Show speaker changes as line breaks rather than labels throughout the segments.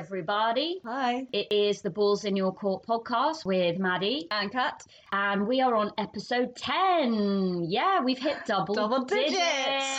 everybody.
Hi.
It is the Balls in Your Court podcast with Maddie,
And Kat.
and we are on episode 10. Yeah, we've hit double,
Double digits.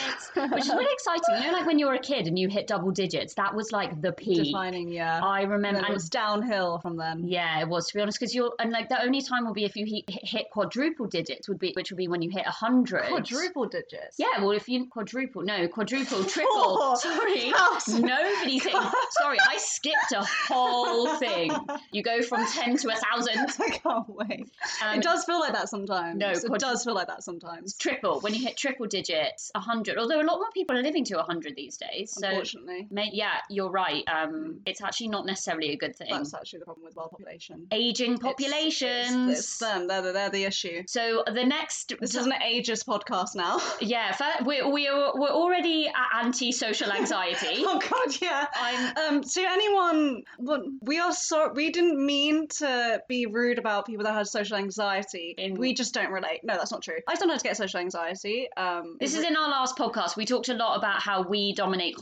which is really exciting. You know, like when you were a kid and you hit double digits, that was like the peak.
Defining, yeah.
I
and
remember. Um,
then it
and-
was downhill from then.
yeah, it was to be honest, because you're and like the only time would be if you hit, hit quadruple digits would be which would be when you hit a hundred
Quadruple digits.
Yeah, well, if you quadruple, no, quadruple, triple.
Four
Sorry,
thousand.
nobody's hitting. Sorry, I skipped a whole thing. You go from ten to a thousand.
I can't wait.
Um,
it does feel like that sometimes.
No,
it
quad-
does feel like that sometimes.
triple when you hit triple digits, a hundred. Although a lot more people are living to a hundred these days. So,
unfortunately,
may, yeah, you're right. Um, it's actually not necessarily a good thing.
that's actually the problem with world population.
Aging populations.
It's, it's, it's them. They're, the- they're the issue.
so the next
This is an ageist podcast now.
yeah fir- we we are we're already at anti-social anxiety
oh God, yeah.
i'm
Um, to anyone, well, we are so we didn't mean to be rude about people that had social anxiety.
In-
We just don't relate. No, that's not true. I sometimes get social anxiety. Um,
This is in our last podcast. We talked a lot about how we dominate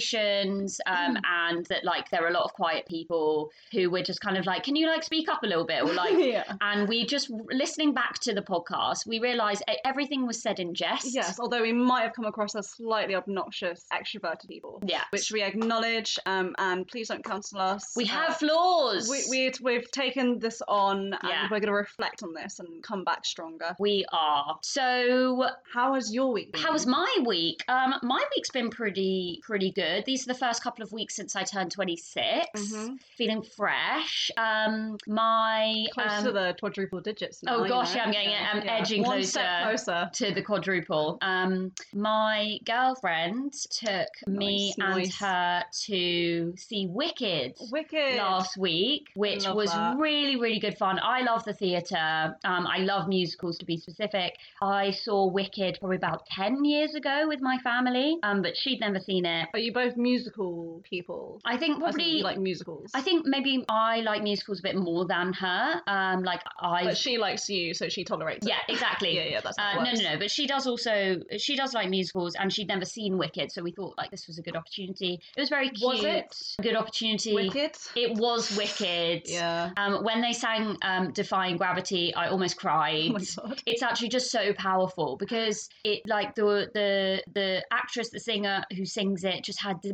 conversations
Mm.
um, and that, like, there are a lot of quiet people who we're just kind of like, can you, like, speak up a little bit? Or, like,
yeah.
and we just, listening back to the podcast, we realized e-, everything was said in jest.
Yes, although we might have come across as slightly obnoxious, extroverted people,
Yeah.
which we acknowledge. Um, and please don't counsel us.
we
Uh,
have flaws.
we, we, we've taken this on, and
Yeah.
we're going to reflect on this and come back stronger.
We are. So,
How has your week? Been?
how was my week? Um, my week's been pretty, pretty good. These are the first couple of weeks since I turned 26.
Mhm.
Feeling fresh. Um, my.
close
um,
to the quadruple digits now?
oh
you
gosh,
know?
yeah, I'm getting it. I'm edging
One step
closer.
closer.
to the quadruple. Um, my girlfriend took me
Nice,
and
nice.
her to see Wicked.
Wicked.
Last week, which
Love
was
that.
really, really good fun. I love the theatre. Um, I love musicals to be specific. I saw Wicked probably about 10 years ago with my family, um, but she'd never seen it.
Are you both musical people?
I think
As in,
probably.
you like musicals.
I think maybe I like musicals a bit more than her. Um, like I,
but she likes you, so she tolerates.
yeah, exactly.
it. yeah, yeah. That's how it
Uh, no,
works.
no, no. But she does also she does like musicals, and she'd never seen Wicked, so we thought like this was a good opportunity. It was very cute.
Was it?
A good opportunity.
Wicked.
It was Wicked.
Yeah.
Um, when they sang um, "Defying Gravity," I almost
Oh
cried.
my god.
it's actually just so powerful because it like the the the actress, the singer who sings it, just had the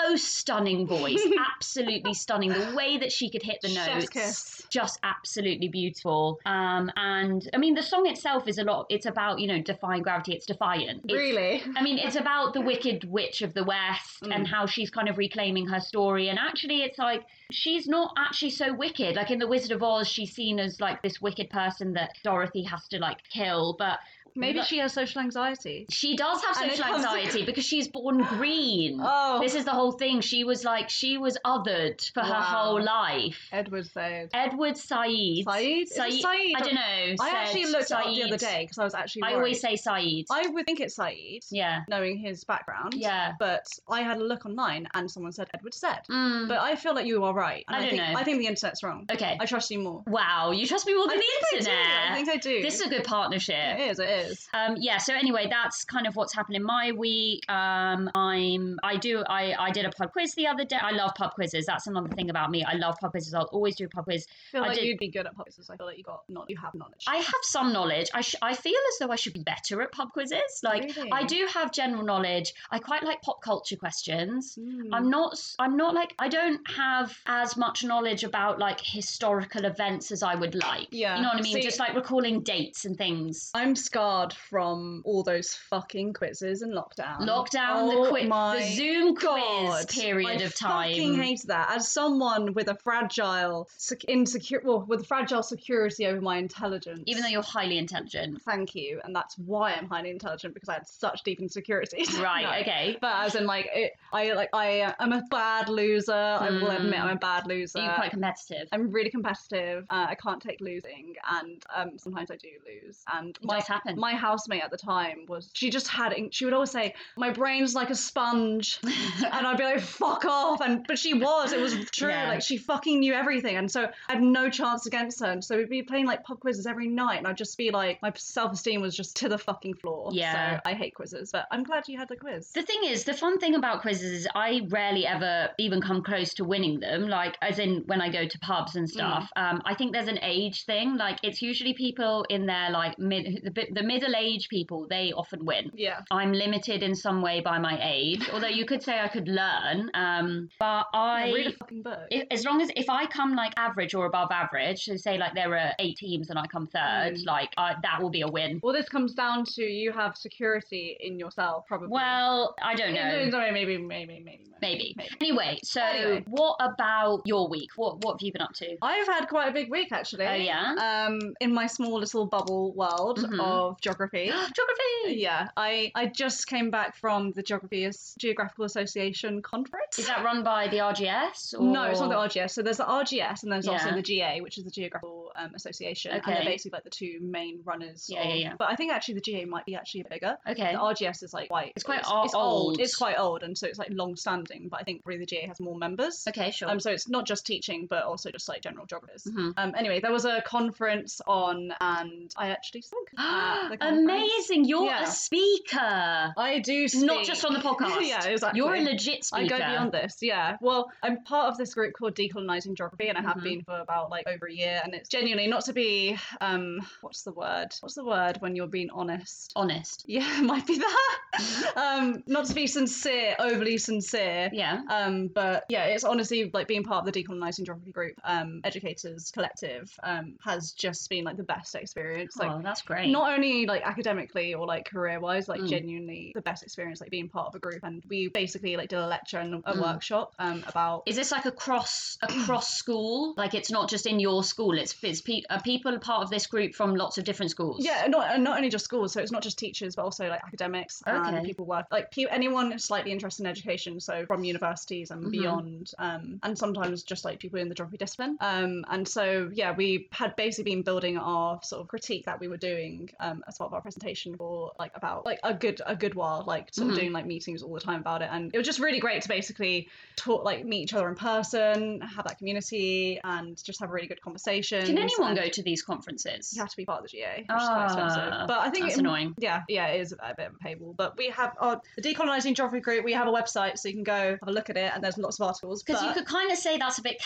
most stunning voice, absolutely stunning. The way that she could hit the
Chef's
notes,
kiss.
just absolutely beautiful. Um, and I mean, the song itself is a lot. It's about you know defying gravity. It's defiant. It's-
Really?
I mean, it's about the wicked witch of the West
Mm.
and how she's kind of reclaiming her story. And actually, it's like she's not actually so wicked. Like in The Wizard of Oz, she's seen as like this wicked person that Dorothy has to like kill, but
Maybe she has social anxiety.
she does have
And it
social
comes-
anxiety because she's born green.
Oh.
Mm. This is the whole thing. She was like she was othered for her
Wow.
whole life.
Edward said.
Edward Said.
Said? Is it
Said.
Said?
I don't know.
I
said
actually looked it up the
Said.
other day because I was actually.
I
Worried.
always say Said.
I would think it's Saeed,
yeah.
knowing his background.
Yeah.
But I had a look online, and someone said Edward said.
Mm.
But I feel like you are right. and
I
I,
don't
think,
know.
I think the internet's wrong.
okay.
I trust you more.
Wow, you trust me more than
I
the
think I do. I
internet.
think I do.
This is a good partnership.
It is. It is.
Um, yeah. So anyway, that's kind of what's happened in my week. Um, I'm I do I I did a pub quiz the other day. I love pub quizzes. That's another thing about me. I love pub quizzes. I'll always do a pub quiz.
I feel
I
like
did-
you'd be good at pop quizzes. I feel like you got not you have knowledge.
I have some knowledge. I sh- I feel as though I should be better at pub quizzes. Like
Really?
I do have general knowledge. I quite like pop culture questions.
Mm.
I'm not I'm not like I don't have as much knowledge about like historical events as I would like.
Yeah.
You know what I mean?
See-
Just like recalling dates and things.
I'm scarred from all those fucking quizzes in lockdown.
Lockdown,
Oh
the quiz,
my
the Zoom
God.
quiz period
I
of time.
fucking hated that. As someone with a fragile, sec- insecure, well, with fragile security over my intelligence.
Even though you're highly intelligent.
thank you, and that's why I'm highly intelligent because I had such deep insecurities.
Right,
No.
okay.
But as in, like, it, I like I am a bad loser. I will
Hmm.
admit I'm a bad loser.
you're quite competitive.
I'm Uh, really competitive. Uh, I can't take losing, and um, sometimes I do lose. And
It
my
does happen.
my housemate at the time was she just had she would always say my brain's like a sponge and I'd be like fuck off and but she was it was true
Yeah.
like she fucking knew everything and so I had no chance against her and so we'd be playing like pub quizzes every night and I'd just be like my self esteem was just to the fucking floor
Yeah.
so I hate quizzes but I'm glad you had the quiz
The thing is, the fun thing about quizzes is I rarely ever even come close to winning them. Like, as in when I go to pubs and stuff. Um, I think there's an age thing. Like, it's usually people in their like mid, the, bi- the middle age people. They often win.
yeah
I'm limited in some way by my age, although you could say I could learn. Um, but I
read a fucking book
if, as long as if I come like average or above average, so say like there are eight teams and I come third,
Mm.
like I, that will be a win.
well this comes down to you have security in yourself probably
Well, I don't know.
Sorry, maybe, maybe, maybe,
Maybe. Anyway, so
Anyway.
what about your week? What what have you been up to?
I've had quite a big week actually.
Oh, yeah?
Um, in my small little bubble world
Mhm.
of geography.
Geography.
Uh, yeah, I I just came back from the Geography As- Geographical Association conference.
Is that run by the RGS? Or...
No, it's not the RGS. So there's the RGS and there's also
Yeah.
the GA, which is the Geographical um, Association. And
Okay.
they're basically like the two main runners.
Yeah, yeah,
of-
yeah.
But I think actually the GA might be actually bigger.
Okay.
The RGS is like quite.
It's quite
it's,
o-
it's old.
old.
It's quite old, and so it's like long standing. But I think really the GA has more members.
Okay. Sure.
Um, so it's not just teaching, but also just like general geographers.
Mhm.
Um, anyway, there was a conference on, and I actually spoke. at uh, the conference.
Amazing! You're
Yeah.
a speaker,
I do. Speak.
not just on the podcast.
yeah, exactly.
You're a legit
I
speaker.
go beyond this, yeah. Well, I'm part of this group called Decolonizing Geography, and I have
Mhm.
been for about like over a year. And it's genuinely not to be, um, what's the word? What's the word when you're being honest?
Honest.
Yeah, might be that. um, not to be sincere, overly sincere.
Yeah.
Um, but yeah, it's honestly like being part of the decolonizing geography group, um, educators collective, um, has just been like the best experience. Like
oh, that's great.
not only like academically or like career wise, like
Mm.
genuinely the best experience, like being part of a group. And we basically like did a lecture and a
Mm.
workshop um, about
Is this like a cross across school? Like it's not just in your school. It's it's pe- are people part of this group from lots of different schools.
Yeah, not and not only just schools, so it's not just teachers, but also like academics and
Okay.
people work like pe- anyone slightly interested in education, so from universities and
Mhm.
beyond, um, and sometimes just like people in the geography discipline. Um, and so yeah, we had basically been building our sort of critique that we were doing um, as part of our presentation for like about like a good a good while, like sort
Mhm.
of doing like meetings all the time about it, and it was just really great to basically talk like meet each other in person, have that community, and just have a really good conversation.
Can anyone go to these conferences?
You have to be part of the GA, which is
Ah,
quite expensive. But I think
That's
it-
annoying.
yeah, yeah, it is a bit of a paywall. But we have our the Decolonizing Geography group. We have a website, so you can go have a look at it, and there's lots of articles.
Because you
but-
could kind of say that's a bit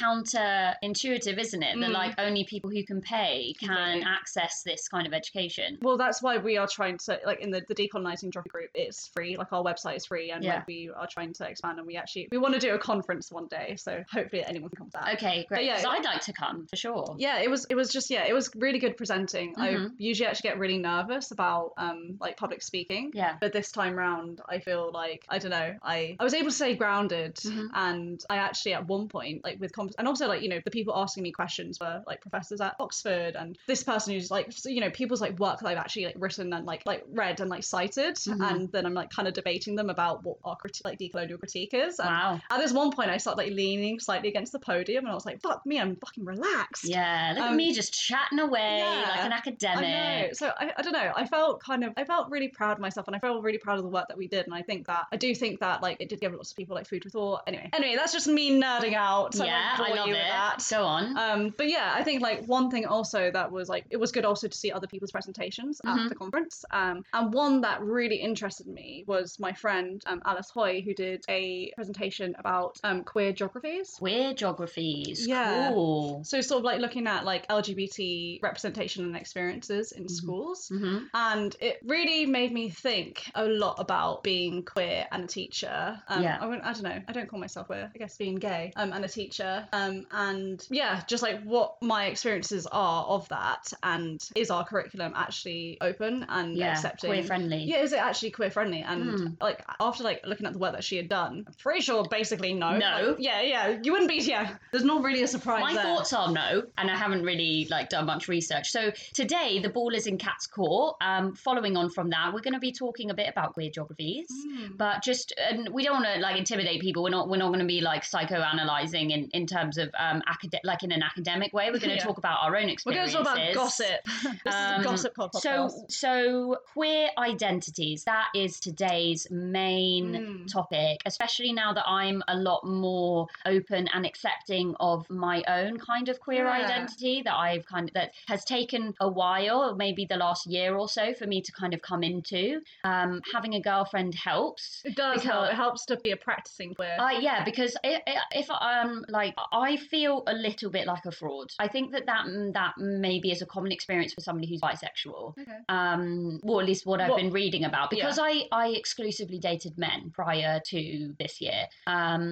counterintuitive, isn't it? That
Mm.
like only people who can pay can
Completely.
access this kind of education.
Well, that's why we are trying to like in the, the decolonizing geography group. It's free, like our website is free, and
Yeah.
like, we are trying to expand. And we actually we want to do a conference one day, so hopefully anyone can come to that.
Okay, great.
yeah,
'Cause
it-
I'd like to come for sure.
Yeah, it was it was just yeah, it was really good presenting. I
Mhm.
usually actually get really nervous about um like public speaking.
Yeah.
But this time round, I feel like I don't know. I I was able to stay grounded,
Mhm.
and I actually at one point like with convers- and also like you know the people asking me questions were like professors at Oxford and this person who's like so, you know people's like work that I've actually like written and like like read and like cited,
Mhm.
and then I'm like kind of debating them about what our criti- like decolonial critique is. And
Wow.
at this one point, I started like leaning slightly against the podium, and I was like, "Fuck me, I'm fucking relaxed."
Yeah. Look
Um,
at me just chatting away
yeah.
like an
I
academic.
know. So I, I don't know. I felt kind of I felt really proud of myself and I felt really proud of the work that we did. And I think that I do think that like it did give lots of people like food for thought. Anyway. Anyway, that's just me nerding out. So
yeah,
I, won't
I
bore
love
you
it.
with that.
Go on.
Um, but yeah, I think like one thing also that was like it was good also to see other people's presentations
Mhm.
at the conference. Um, and one that really interested me was my friend um, Alice Hoy who did a presentation about um, queer geographies.
Queer geographies.
Yeah.
Cool.
So sort of like looking at like LGBT representation and experiences in schools.
hmm
and it really made me think a lot about being queer and a teacher. Um,
Yeah.
I, wouldn't- I don't know. I don't call myself queer. I guess being gay um, and a teacher. Um, and yeah, just like what my experiences are of that, and is our curriculum actually open and
Yeah.
accepting?
Queer friendly.
Yeah, is it actually queer friendly? And
Mm.
like after like looking at the work that she had done, I'm pretty sure basically no.
No.
Like, yeah, yeah. You wouldn't be. Yeah. There's not really a surprise.
My
there.
thoughts are no, and I haven't really like done much research. So today the ball is in Cat's Court. Um, following on from that, we're going to be talking a bit about queer geographies.
Mm.
But just and we don't want to like intimidate people. We're not we're not going to be like psychoanalyzing in, in terms of um acad- like in an academic way. We're going to
Yeah.
talk about our own
We're going
experiences.
to talk about gossip. this is a
Um,
gossip pod podcast.
So so so queer identities that is today's main
Mm.
topic especially now that i'm a lot more open and accepting of my own kind of queer
Yeah.
identity that i've kind of that has taken a while maybe the last year or so for me to kind of come into um, having a girlfriend helps
It does help.
because-
It helps to be a practicing queer.
uh, yeah, because i i if I'm like, I feel a little bit like a fraud. I think that that that maybe is a common experience for somebody who's bisexual.
Okay.
Um, or at least what I've
What-
been reading about,
Yeah.
because I I exclusively dated men prior to this year. Um,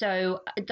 so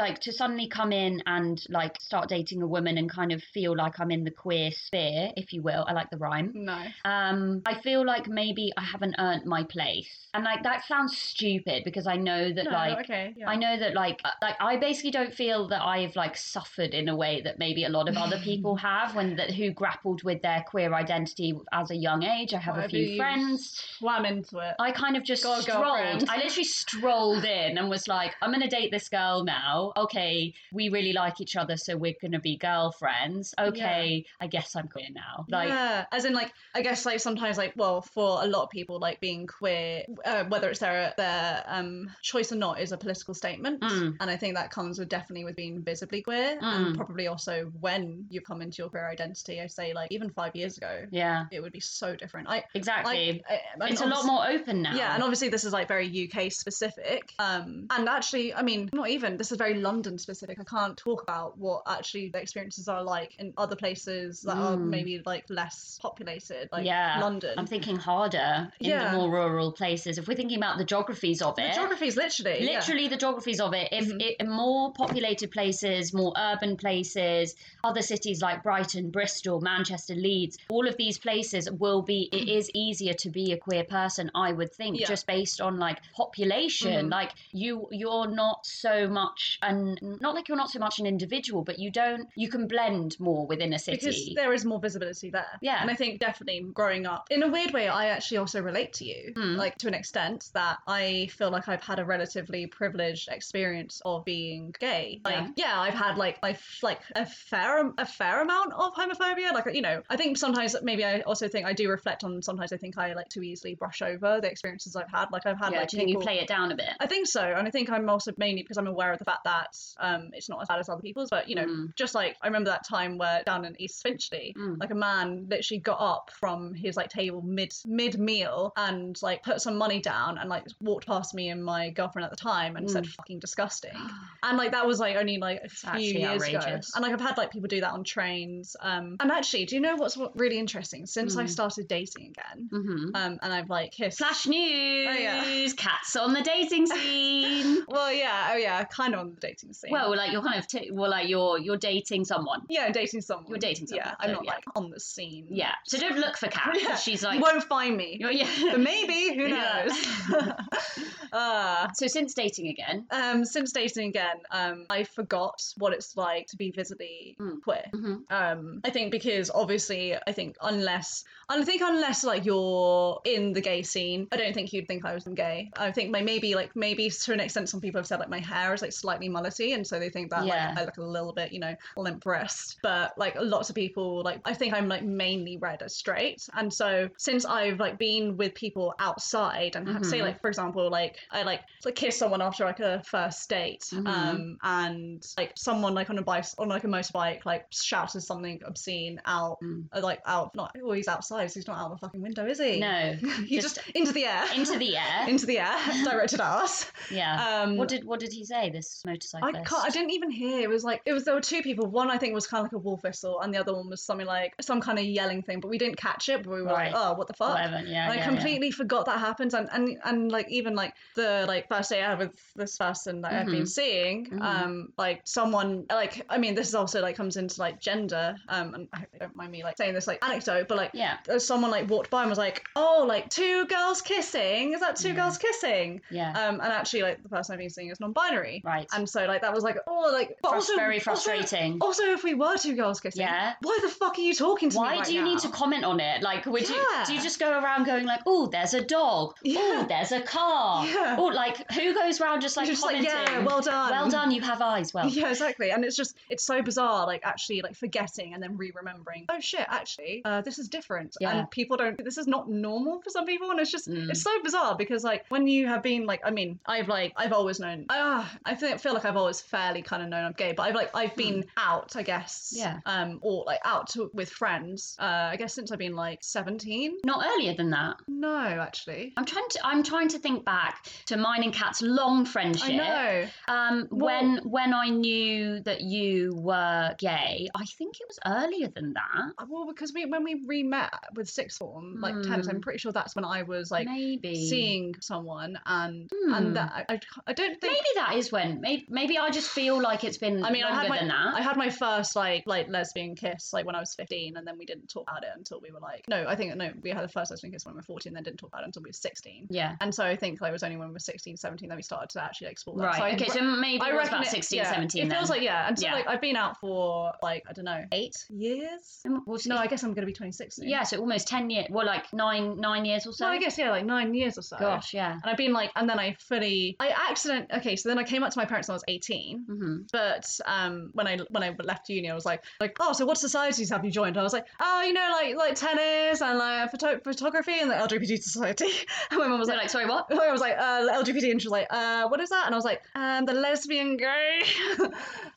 like to suddenly come in and like start dating a woman and kind of feel like I'm in the queer sphere, if you will. I like the rhyme
no.
um i feel like maybe i haven't earned my place and like that sounds stupid because i know that
No,
like
okay. Yeah.
I know that like uh, like I basically don't feel that I've like suffered in a way that maybe a lot of other people have when that who grappled with their queer identity as a young age. I have a
Whatever
few
you
friends.
swam into it.
I kind of just
Go,
strolled.
girlfriend.
I literally strolled in and was like, I'm going to date this girl now. Okay, we really like each other, so we're going to be girlfriends. Okay, I guess I'm queer now. Like,
yeah, as in like I guess like sometimes like well for a lot of people like being queer, uh, whether it's their their um choice or not, is a political statement,
Mm.
and I think that comes with definitely with being visibly queer,
Mm.
and probably also when you come into your queer identity. I say like even five years ago,
yeah,
it would be so different. I
exactly.
like I- and
it's a lot
obviously-
more open now.
Yeah, and obviously this is like very UK specific. Um, and actually, I mean, not even this is very London specific. I can't talk about what actually the experiences are like in other places that are
Mm.
maybe like less populated, like
Yeah,
London.
I'm thinking harder in
Yeah.
the more rural places. If we're thinking about the geographies of
the
it,
geography is literally, yeah.
literally the geographies of it, if
Mhm.
it, more populated places, more urban places, other cities like Brighton, Bristol, Manchester, Leeds, all of these places will be, it is easier to be a queer person, I would think,
Mm. Yeah.
just based on like population.
Mhm.
Like you, you're not so much, and not like you're not so much an individual, but you don't, you can blend more within a city.
Because there is more visibility there.
Yeah.
And I think definitely growing up, in a weird way, I actually also relate to you,
Mm.
like to an extent that I feel like I've had a relatively privileged experience of being gay. Like,
Yeah.
yeah, I've had like my f- like a fair a fair amount of homophobia. Like, you know, I think sometimes maybe I also think I do reflect on. Sometimes I think I like too easily brush over the experiences I've had. Like, I've had
yeah,
like
do you think you
people-
play it down a bit?
I think so, and I think I'm also mainly because I'm aware of the fact that um, it's not as bad as other people's. But you know,
Mm.
just like I remember that time where down in East Finchley,
Mm.
like a man literally got up from his like table mid mid meal and like put some money down and like walked past me and my girlfriend at the time and said
Mm.
"fucking disgusting," and like that was like only like a few
actually
years ago.
outrageous.
And like I've had like people do that on trains. Um, and actually, do you know what's what- really interesting? Since I
Mm.
started dating again,
hmm
um, and I've like kissed.
Flash news:
Oh, yeah.
Cats on the dating scene.
well, yeah, oh yeah, kind of on the dating scene.
well, like you're kind of t- well, like you're you're dating someone.
Yeah, I'm dating someone.
You're dating
Yeah,
someone,
I'm
so,
not
yeah.
like on the scene.
Yeah. So don't look for Cat. 'cause
Yeah.
She's like,
you won't find me.
you're- yeah.
But maybe, who
Yeah.
knows? uh,
so since dating again,
um, since dating again, um, I forgot what it's like to be visibly
Mm.
queer.
Mhm.
Um, I think because obviously, I think unless I think unless like you're in the gay scene, I don't think you'd think I was gay. I think my maybe like maybe to an extent, some people have said like my hair is like slightly mullety, and so they think that
Yeah.
like I look a little bit you know limp breast. But like lots of people like I think I'm like mainly read as straight, and so since I've like been with people outside and have say
Mhm.
like for example like I like like kiss someone after like a first date,
Mhm.
um, and like someone like on a bike on like a motorbike like shouted something obscene out
Mm.
uh, like out not oh he's outside so he's not out of the fucking window is he
no,
he just, into the air
into the air.
into the air directed at us
Yeah.
um
what did what did he say? This
I
motorcyclist.
can't. I didn't even hear. It was like it was. There were two people. One I think was kind of like a wolf whistle, and the other one was something like some kind of yelling thing. But we didn't catch it. But we were
Right.
like, oh, what the fuck?
Whatever. Yeah.
And I
yeah,
completely forgot that happened, and, and and like even like the like first day out with this person that I've been seeing,
Mhm.
um, like someone like I mean this is also like comes into like gender, um, and I hope they don't mind me like saying this like anecdote, but like
Yeah.
uh, someone like walked by and was like, "Oh, like two girls kissing? Is that two
Yeah.
girls kissing?"
Yeah. yeah.
Um, and actually, like the person I've been seeing is non-binary,
right.
and so like that was like, oh, like, but
Frus-
also
very
also-
frustrating.
Also, if we were two girls kissing,
Yeah.
why the fuck are you talking to me?
Why
right
do you need to
now?
comment on it? Like, would you do you
Yeah.
just go around going like, "Oh, there's a dog.
Yeah.
Oh, there's a car.
Yeah.
Oh, like who goes around just like
You're just like,
commenting?
yeah, well done,
Well done, you have eyes. Well,
Yeah, exactly. And it's just it's so bizarre, like actually like forgetting and then re-remembering. Oh shit, actually, uh, this is different
Yeah.
and people don't this is not normal for some people and it's just
Mm.
it's so bizarre because like when you have been like i mean i've like i've always known ah i feel, feel like i've always fairly kind of known i'm gay but i've like i've been out i guess
Mm. Yeah.
um or like out to, with friends uh i guess since i've been like 17
Not earlier than that.
no actually
I'm trying to I'm trying to think back to mine and Kat's long friendship.
i know
Um,
Well-
when when I knew that you were gay, I think it was earlier than that.
Uh, well because we when we re-met with sixth form like 10th i'm
Hmm.
pretty sure that's when i was like
maybe
seeing someone and
Hmm.
and that I, I don't think
maybe that is when. Maybe, maybe I just feel like it's been
I mean, I
longer
had my-
than that.
I had my first like like lesbian kiss like when I was 15 and then we didn't talk about it until we were like no I think no we had the first lesbian kiss when we were 14 then didn't talk about it until we were 16
yeah.
and so I think like, it was only when we were 16 17 that we started to actually explore that
Right.
so I,
okay. So maybe
I
it was
reckon
about
it-
16,
yeah,
17
it
then.
feels like yeah and so
Yeah.
like I've been out for like I don't know eight years
Well, so-
Mm, no I guess I'm gonna be 26 soon.
yeah. So almost 10 years. Well, like nine nine years or so.
well I guess yeah like nine years or so
Gosh. Yeah.
and I've been like and then I fully I accident okay so then I came out to my parents when I was 18
hmm
But um, when I when I left uni, I was like, like, oh, so what societies have you joined? And I was like, oh, you know, like like tennis and like photo- photography and the LGBT society. And my mum was
So
like.
like, sorry, what?
I was like uh, LGBT, and she was like, uh, "What is that?" And I was like, um, "The lesbian gay um,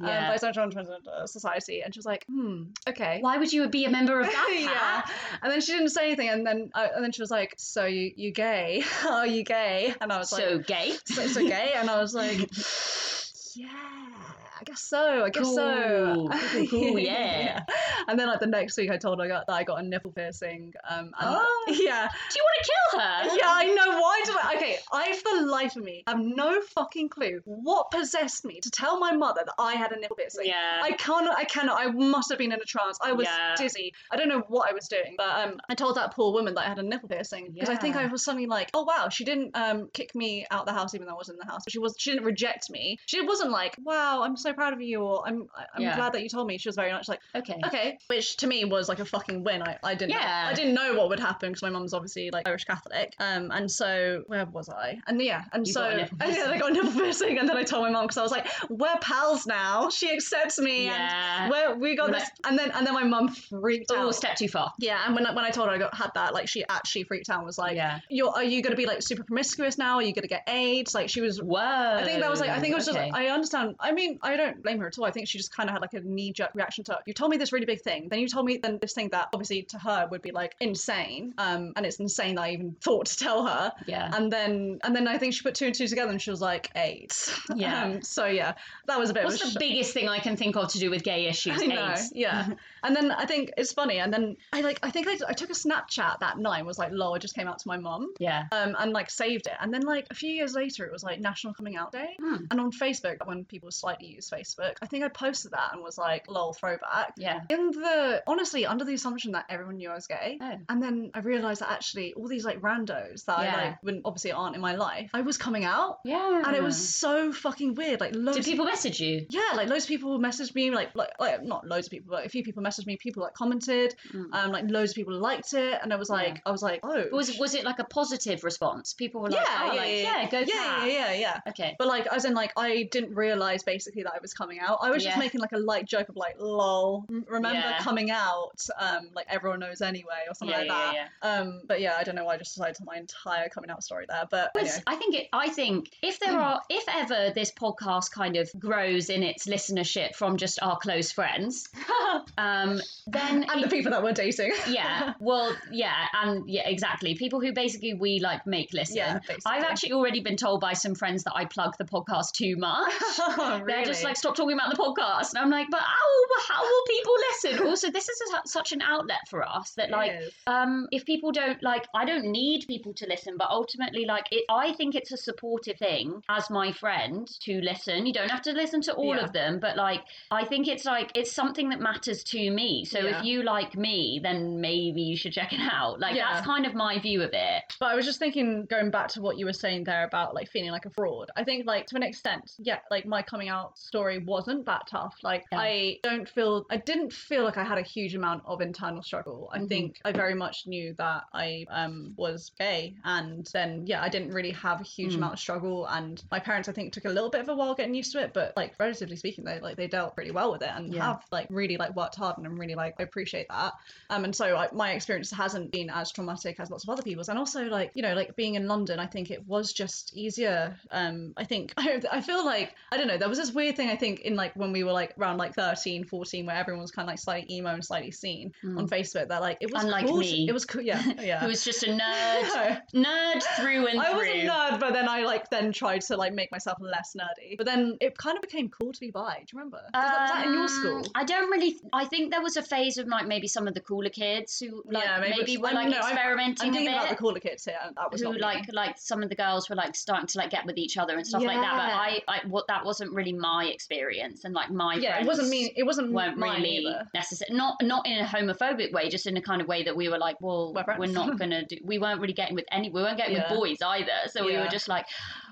Yeah.
bisexual and transgender society." And she was like, "Hmm, okay."
Why would you be a member of that?
yeah.
Kat?
And then she didn't say anything, and then uh, and then she was like, "So you you gay? Are you gay?" And I was like,
So gay.
so, so gay and i was like yeah i guess so i guess so
Cool, cool, cool, yeah.
and then like the next week i told her I got, that i got a nipple piercing um and
Oh.
yeah
Do you want to kill her?
yeah i know why did i okay i for the life of me have no fucking clue what possessed me to tell my mother that i had a nipple piercing
Yeah.
I cannot. I cannot. I must have been in a trance. I was
Yeah.
dizzy. I don't know what I was doing, but um, I told that poor woman that I had a nipple piercing because I think I
Yeah.
was something like, "Oh wow, she didn't um kick me out the house even though I was in the house. She was. She didn't reject me. She wasn't like, "Wow, I'm so proud of you," or "I'm. I- I'm
Yeah.
glad that you told me." She was very much like,
okay.
"Okay," which to me was like a fucking win. I, I didn't.
Yeah.
I didn't know what would happen because my mum's obviously like Irish Catholic. Um, and so where was I? And yeah, and
You
so
got a nipple
and, yeah, I got a nipple piercing, and then I told my mum because I was like, "We're pals now. She accepts me." and
Yeah.
where we got
Right.
this, and then and then my mum freaked
Oh,
out.
step too far.
yeah, and when I, when I told her I got had that, like she actually freaked out and was like,
yeah.
"You're are you gonna be like super promiscuous now? Are you gonna get AIDS?" Like she was.
Whoa.
I think that was like I think it was
okay.
just I understand. I mean I don't blame her at all. I think she just kind of had like a knee jerk reaction to you told me this really big thing, then you told me then this thing that obviously to her would be like insane. Um, and it's insane that I even thought to tell her.
yeah.
And then and then I think she put two and two together and she was like AIDS.
Yeah.
Um, so yeah, that was a bit. of a
What's
sh-
the biggest thing I can think of to do with gay issues?
I know,
AIDS.
yeah. And then I think it's funny. And then I like, I think I, I took a Snapchat that night. and Was like, lol, I just came out to my mum.
Yeah.
Um, and like saved it. And then like a few years later, it was like National Coming Out Day.
Hmm.
And on Facebook, when people slightly use Facebook, I think I posted that and was like, lol, throwback.
Yeah.
In the honestly, under the assumption that everyone knew I was gay.
Oh.
And then I realized that actually all these like randos that
Yeah.
I like wouldn't obviously aren't in my life, I was coming out.
Yeah.
And it was so fucking weird. Like loads
Hmm. Did
of
people message you?
yeah, like loads of people messaged me, like, like like not loads of people, but a few people messaged me. People like commented,
Mm.
um, like loads of people liked it, and I was like, I was like, oh,
Was was it like a positive response? People were
yeah,
like, oh,
yeah,
like,
yeah,
go
yeah, yeah,
Kat.
yeah, yeah.
Okay.
But like, as in, like, I didn't realize basically that I was coming out. I was just
Yeah.
making like a light joke of like, lol, m- remember
Yeah.
coming out? Um, like everyone knows anyway, or something
Yeah,
like
yeah,
that.
yeah, yeah.
Um, but yeah, I don't know why I just decided to my entire coming out story there. But
Was-
anyway.
I think it. I think if there
Hmm.
are, if ever this podcast kind of grows in its listenership from just our close friends, um, then
and the people that were dating,
yeah, well, yeah, and yeah, exactly. People who basically we like make listen.
yeah, basically.
I've actually already been told by some friends that I plug the podcast too much. They're just
Really?
like, stop talking about the podcast. And I'm like, but how, how will people listen? Also, this is a, such an outlet for us that, like,
Yes.
um, if people don't like, I don't need people to listen, but ultimately, like, it, I think it's a supportive thing as my friend to listen. You don't have to listen to all
Yeah.
of them, but like, I think it's like, it's something that matters to me. So
Yeah.
if you like me, then maybe you should check it out. Like,
Yeah.
that's kind of my view of it.
But I was just thinking, going back to what you were saying there about like feeling like a fraud. I think, like to an extent, yeah, like my coming out story wasn't that tough. Like
Yeah.
I don't feel, I didn't feel like I had a huge amount of internal struggle. I
Mhm.
think I very much knew that I um was gay, and then yeah, I didn't really have a huge
Mm.
amount of struggle. And my parents, I think, took a little bit of a while getting used to it, but like relatively speaking, they like they dealt pretty well with it and
Yeah.
have like really like like worked hard and I'm really like I appreciate that. Um, and so I, my experience hasn't been as traumatic as lots of other people's. And also like you know like being in London, I think it was just easier. Um, I think I, I feel like I don't know. There was this weird thing I think in like when we were like around like 13, 14, where everyone was kind of like slightly emo and slightly seen
Mm.
on Facebook. That like it was
Unlike
cool to-
me.
it was cool. Yeah, yeah.
Who was just a nerd,
No.
nerd through and
I was
through.
a nerd, but then I like then tried to like make myself less nerdy. But then it kind of became cool to be bi. Do you remember? Was that, was that in your
Um,
school?
I don't really. I think there was a phase of like maybe some of the cooler kids who like
Yeah, maybe
maybe,
it's-
were
I'm-
like
no, I'm-
experimenting
I'm thinking
a bit.
about the cooler kids here. and That was
who
not me.
like like some of the girls were like starting to like get with each other and stuff like that. But I, I what that wasn't really my experience and like my
yeah,
friends
it wasn't me. It wasn't
weren't
mine
really
either.
necessary. Not not in a homophobic way, just in a kind of way that we were like, well,
We're
we're,
friends.
not gonna do. We weren't really getting with any. We weren't getting
Yeah.
with boys either. So we
Yeah.
were just like,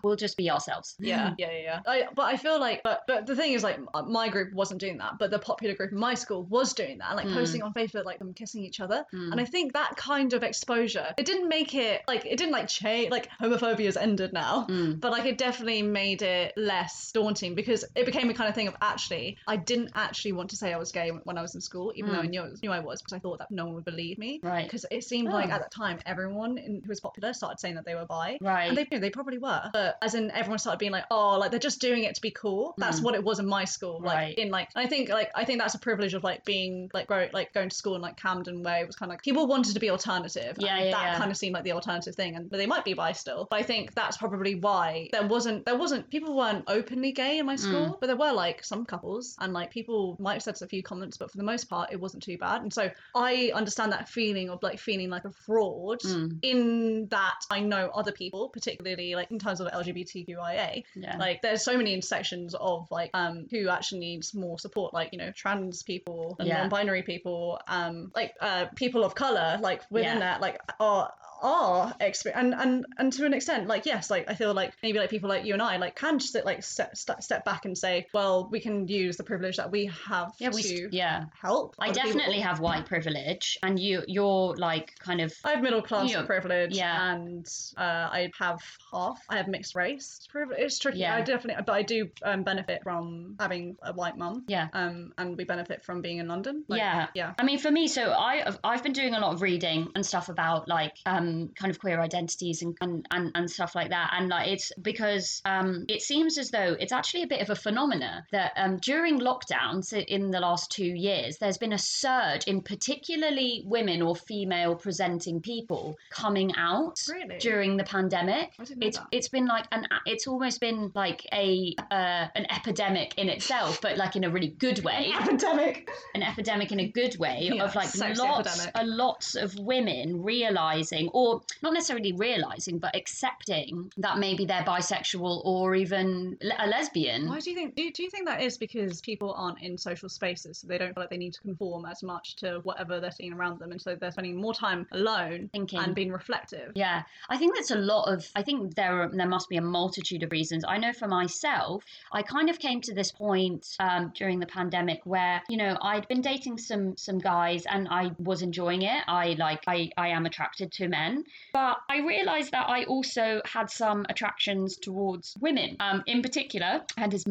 we'll just be ourselves.
Yeah, yeah, yeah. yeah. I, but I feel like, but but the thing is, like, m- my group wasn't doing that, but the popular group in my school was doing that, like
Mm.
posting on Facebook, like them kissing each other,
Mm.
and I think that kind of exposure, it didn't make it like it didn't like change, like homophobia's ended now,
Mm.
but like it definitely made it less daunting because it became a kind of thing of actually I didn't actually want to say I was gay when I was in school, even though I
Mm.
knew knew I was because I thought that no one would believe me.
Right.
Because it seemed like
Oh.
at that time everyone in, who was popular started saying that they were bi.
Right.
And they, they probably were, but as in everyone started being like, oh, like they're just doing it to be cool. That's
Mm.
what it was in my school, like
Right.
in like. I think like I think that's a privilege of like being like grow, like going to school in like Camden where it was kind of like people wanted to be alternative.
Yeah,
and
yeah,
That
yeah.
kind of seemed like the alternative thing, and but they might be bi still. But I think that's probably why there wasn't there wasn't people weren't openly gay
Hmm.
in my school, but there were like some couples, and like people might have said a few comments, but for the most part, it wasn't too bad. And so I understand that feeling of like feeling like a fraud
Mm.
in that I know other people, particularly like in terms of LGBTQIA,
yeah.
like there's so many intersections of like um who actually needs more support, like you know trans people and
Yeah.
non-binary people, um like uh people of color, like within
Yeah.
that, like are are exper- and and and to an extent, like yes, like I feel like maybe like people like you and I like can just like step step, step back and say, well, we can use the privilege that we have
yeah. We.
to
Yeah.
help.
I
other people.
definitely have white privilege, and you you're like kind of
I have middle class
Yeah.
privilege,
Yeah.
and uh, I have half. I have mixed race privilege. It's tricky.
Yeah.
I definitely, but I do um, benefit from having a white mum.
Yeah.
Um, and we benefit from being in London. Like,
yeah.
Yeah.
I mean, for me, so I I've been doing a lot of reading and stuff about like um kind of queer identities and and and, and stuff like that, and like it's because um it seems as though it's actually a bit of a phenomena that um during lockdowns so in the last two years, there's been a surge in particularly women or female presenting people coming out
Really?
during the pandemic.
I didn't know
It's
that.
it's been like an it's almost been like a uh, an epidemic in itself, but like in a really good way
Epidemic.
an epidemic in a good way
Yeah,
of like
sex
lots
epidemic.
a lots of women realizing or not necessarily realizing but accepting that maybe they're bisexual or even le- a lesbian
Why do you think? Do you, do you think that is because people aren't in social spaces, so they don't feel like they need to conform as much to whatever they're seeing around them, and so they're spending more time alone
Thinking.
and being reflective.
Yeah, I think that's a lot of. I think there are, there must be a multitude of reasons. I know for myself, I kind of came to this point um, during the pandemic where you know I'd been dating some some guys and I was enjoying it. I like I I am attracted to men, but I realised that I also had some attractions towards women. Um, in particular, I had this